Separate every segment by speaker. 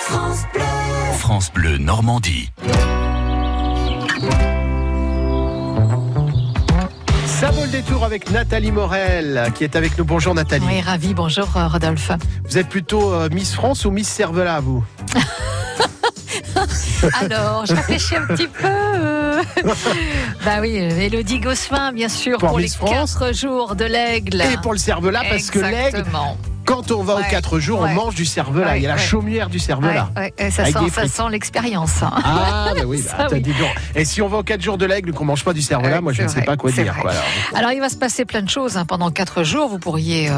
Speaker 1: France Bleu.
Speaker 2: France Bleu Normandie.
Speaker 3: Ça vaut le détour avec Nathalie Morel qui est avec nous. Bonjour Nathalie.
Speaker 4: Oui, ravi. Bonjour euh, Rodolphe.
Speaker 3: Vous êtes plutôt euh, Miss France ou Miss Cervela, vous
Speaker 4: Alors, Oh, je réfléchis un petit peu. euh, bah oui, euh, Élodie Gosselin, bien sûr,
Speaker 3: Pour
Speaker 4: pour, les
Speaker 3: Miss France.
Speaker 4: quatre jours de l'aigle.
Speaker 3: Et pour le Cervela, parce que l'aigle,
Speaker 4: Exactement.
Speaker 3: quand on va aux
Speaker 4: Ouais,
Speaker 3: 4 jours, on
Speaker 4: ouais.
Speaker 3: mange du Cervela.
Speaker 4: Ouais,
Speaker 3: Il y a la
Speaker 4: ouais.
Speaker 3: chaumière du Cervela.
Speaker 4: Ouais, ouais, ça,
Speaker 3: Avec des
Speaker 4: sent, ça
Speaker 3: frites.
Speaker 4: sent l'expérience. hein.
Speaker 3: Ah, bah oui, bah,
Speaker 4: Ça,
Speaker 3: attends,
Speaker 4: oui.
Speaker 3: dis donc. Et si on va aux 4 jours de l'aigle qu'on mange pas du Cervela,
Speaker 4: Ouais,
Speaker 3: moi je
Speaker 4: c'est
Speaker 3: ne sais
Speaker 4: vrai,
Speaker 3: pas quoi
Speaker 4: c'est
Speaker 3: dire.
Speaker 4: vrai.
Speaker 3: quoi, alors.
Speaker 4: Alors, il va se passer plein de choses hein, pendant quatre jours. Vous pourriez euh,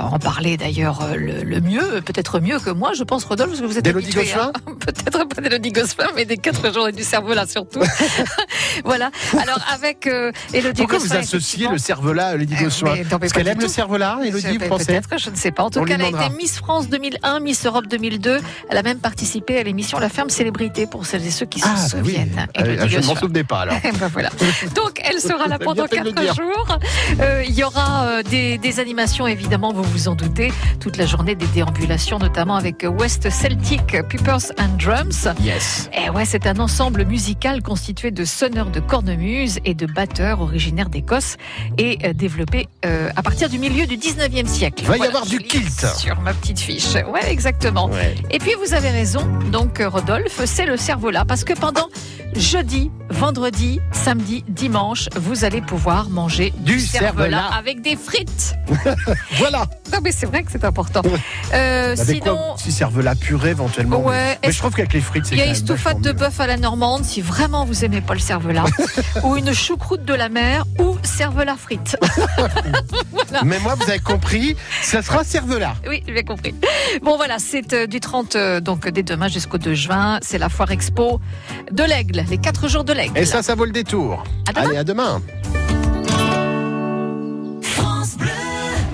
Speaker 4: en parler d'ailleurs euh, le, le mieux, peut-être mieux que moi, je pense, Rodolphe, parce que vous êtes
Speaker 3: D'Élodie
Speaker 4: habitué,
Speaker 3: Gosselin
Speaker 4: hein. Peut-être pas d'Élodie Gosselin, mais des quatre jours et du cerveau là surtout. voilà. Alors, avec euh, Élodie
Speaker 3: Pourquoi vous
Speaker 4: Gosselin,
Speaker 3: associez
Speaker 4: effectivement,
Speaker 3: le Cervela à Élodie
Speaker 4: Euh,
Speaker 3: Gosselin
Speaker 4: mais non, mais
Speaker 3: Parce
Speaker 4: pas
Speaker 3: qu'elle
Speaker 4: du
Speaker 3: aime le
Speaker 4: tout.
Speaker 3: Cervela, Élodie, vous
Speaker 4: Peut-
Speaker 3: pensez
Speaker 4: Peut-être, je ne sais pas. En tout
Speaker 3: On lui
Speaker 4: cas, elle a été
Speaker 3: demandera.
Speaker 4: Miss France 2001, Miss Europe 2002. Elle a même participé à l'émission La Ferme Célébrité pour celles et ceux qui
Speaker 3: Ah,
Speaker 4: se
Speaker 3: bah oui.
Speaker 4: souviennent.
Speaker 3: Ah,
Speaker 4: Élodie
Speaker 3: Je ne m'en
Speaker 4: Gosselin.
Speaker 3: souvenais pas alors.
Speaker 4: Eh ben voilà. Donc elle sera là
Speaker 3: Vous
Speaker 4: pendant
Speaker 3: avez bien fait de le
Speaker 4: 4 jours. Euh, Il y aura euh, des, des animations évidemment, vous vous en doutez, toute la journée des déambulations, notamment avec West Celtic Peppers and Drums.
Speaker 3: Yes.
Speaker 4: Et Eh ouais, c'est un ensemble musical constitué de sonneurs de cornemuse et de batteurs originaires d'Écosse et euh, développé euh, à partir du milieu du 19e siècle.
Speaker 3: Va y avoir
Speaker 4: je
Speaker 3: du
Speaker 4: lis
Speaker 3: kilt.
Speaker 4: Sur ma petite fiche. Ouais, exactement.
Speaker 3: Ouais.
Speaker 4: Et puis vous avez raison, donc euh, Rodolphe, c'est le cerveau là, parce que pendant jeudi, vendredi, samedi, dimanche, vous allez pouvoir manger
Speaker 3: Du
Speaker 4: cervelas
Speaker 3: cervelas.
Speaker 4: avec des frites.
Speaker 3: Voilà.
Speaker 4: Non mais c'est vrai que c'est important. Euh,
Speaker 3: Avec
Speaker 4: sinon,
Speaker 3: Bah, quoi Si Cervela purée éventuellement. mais-
Speaker 4: ouais.
Speaker 3: Mais
Speaker 4: est-ce
Speaker 3: je trouve qu'avec les frites, c'est
Speaker 4: il y a
Speaker 3: quand
Speaker 4: une
Speaker 3: même
Speaker 4: stouffade de
Speaker 3: vachement
Speaker 4: bœuf à la normande, si vraiment vous aimez pas le cervelas, ou une choucroute de la mer, ou cervelas frites.
Speaker 3: mieux. Mais moi, vous avez compris, ça sera cervelas.
Speaker 4: Oui, j'ai compris. Bon voilà, c'est euh, du 30, euh, donc dès demain jusqu'au 2 juin, c'est la foire expo de l'aigle, les 4 jours de l'aigle.
Speaker 3: Et ça, ça vaut le détour.
Speaker 4: À demain.
Speaker 3: Allez, à demain.
Speaker 1: France Bleu.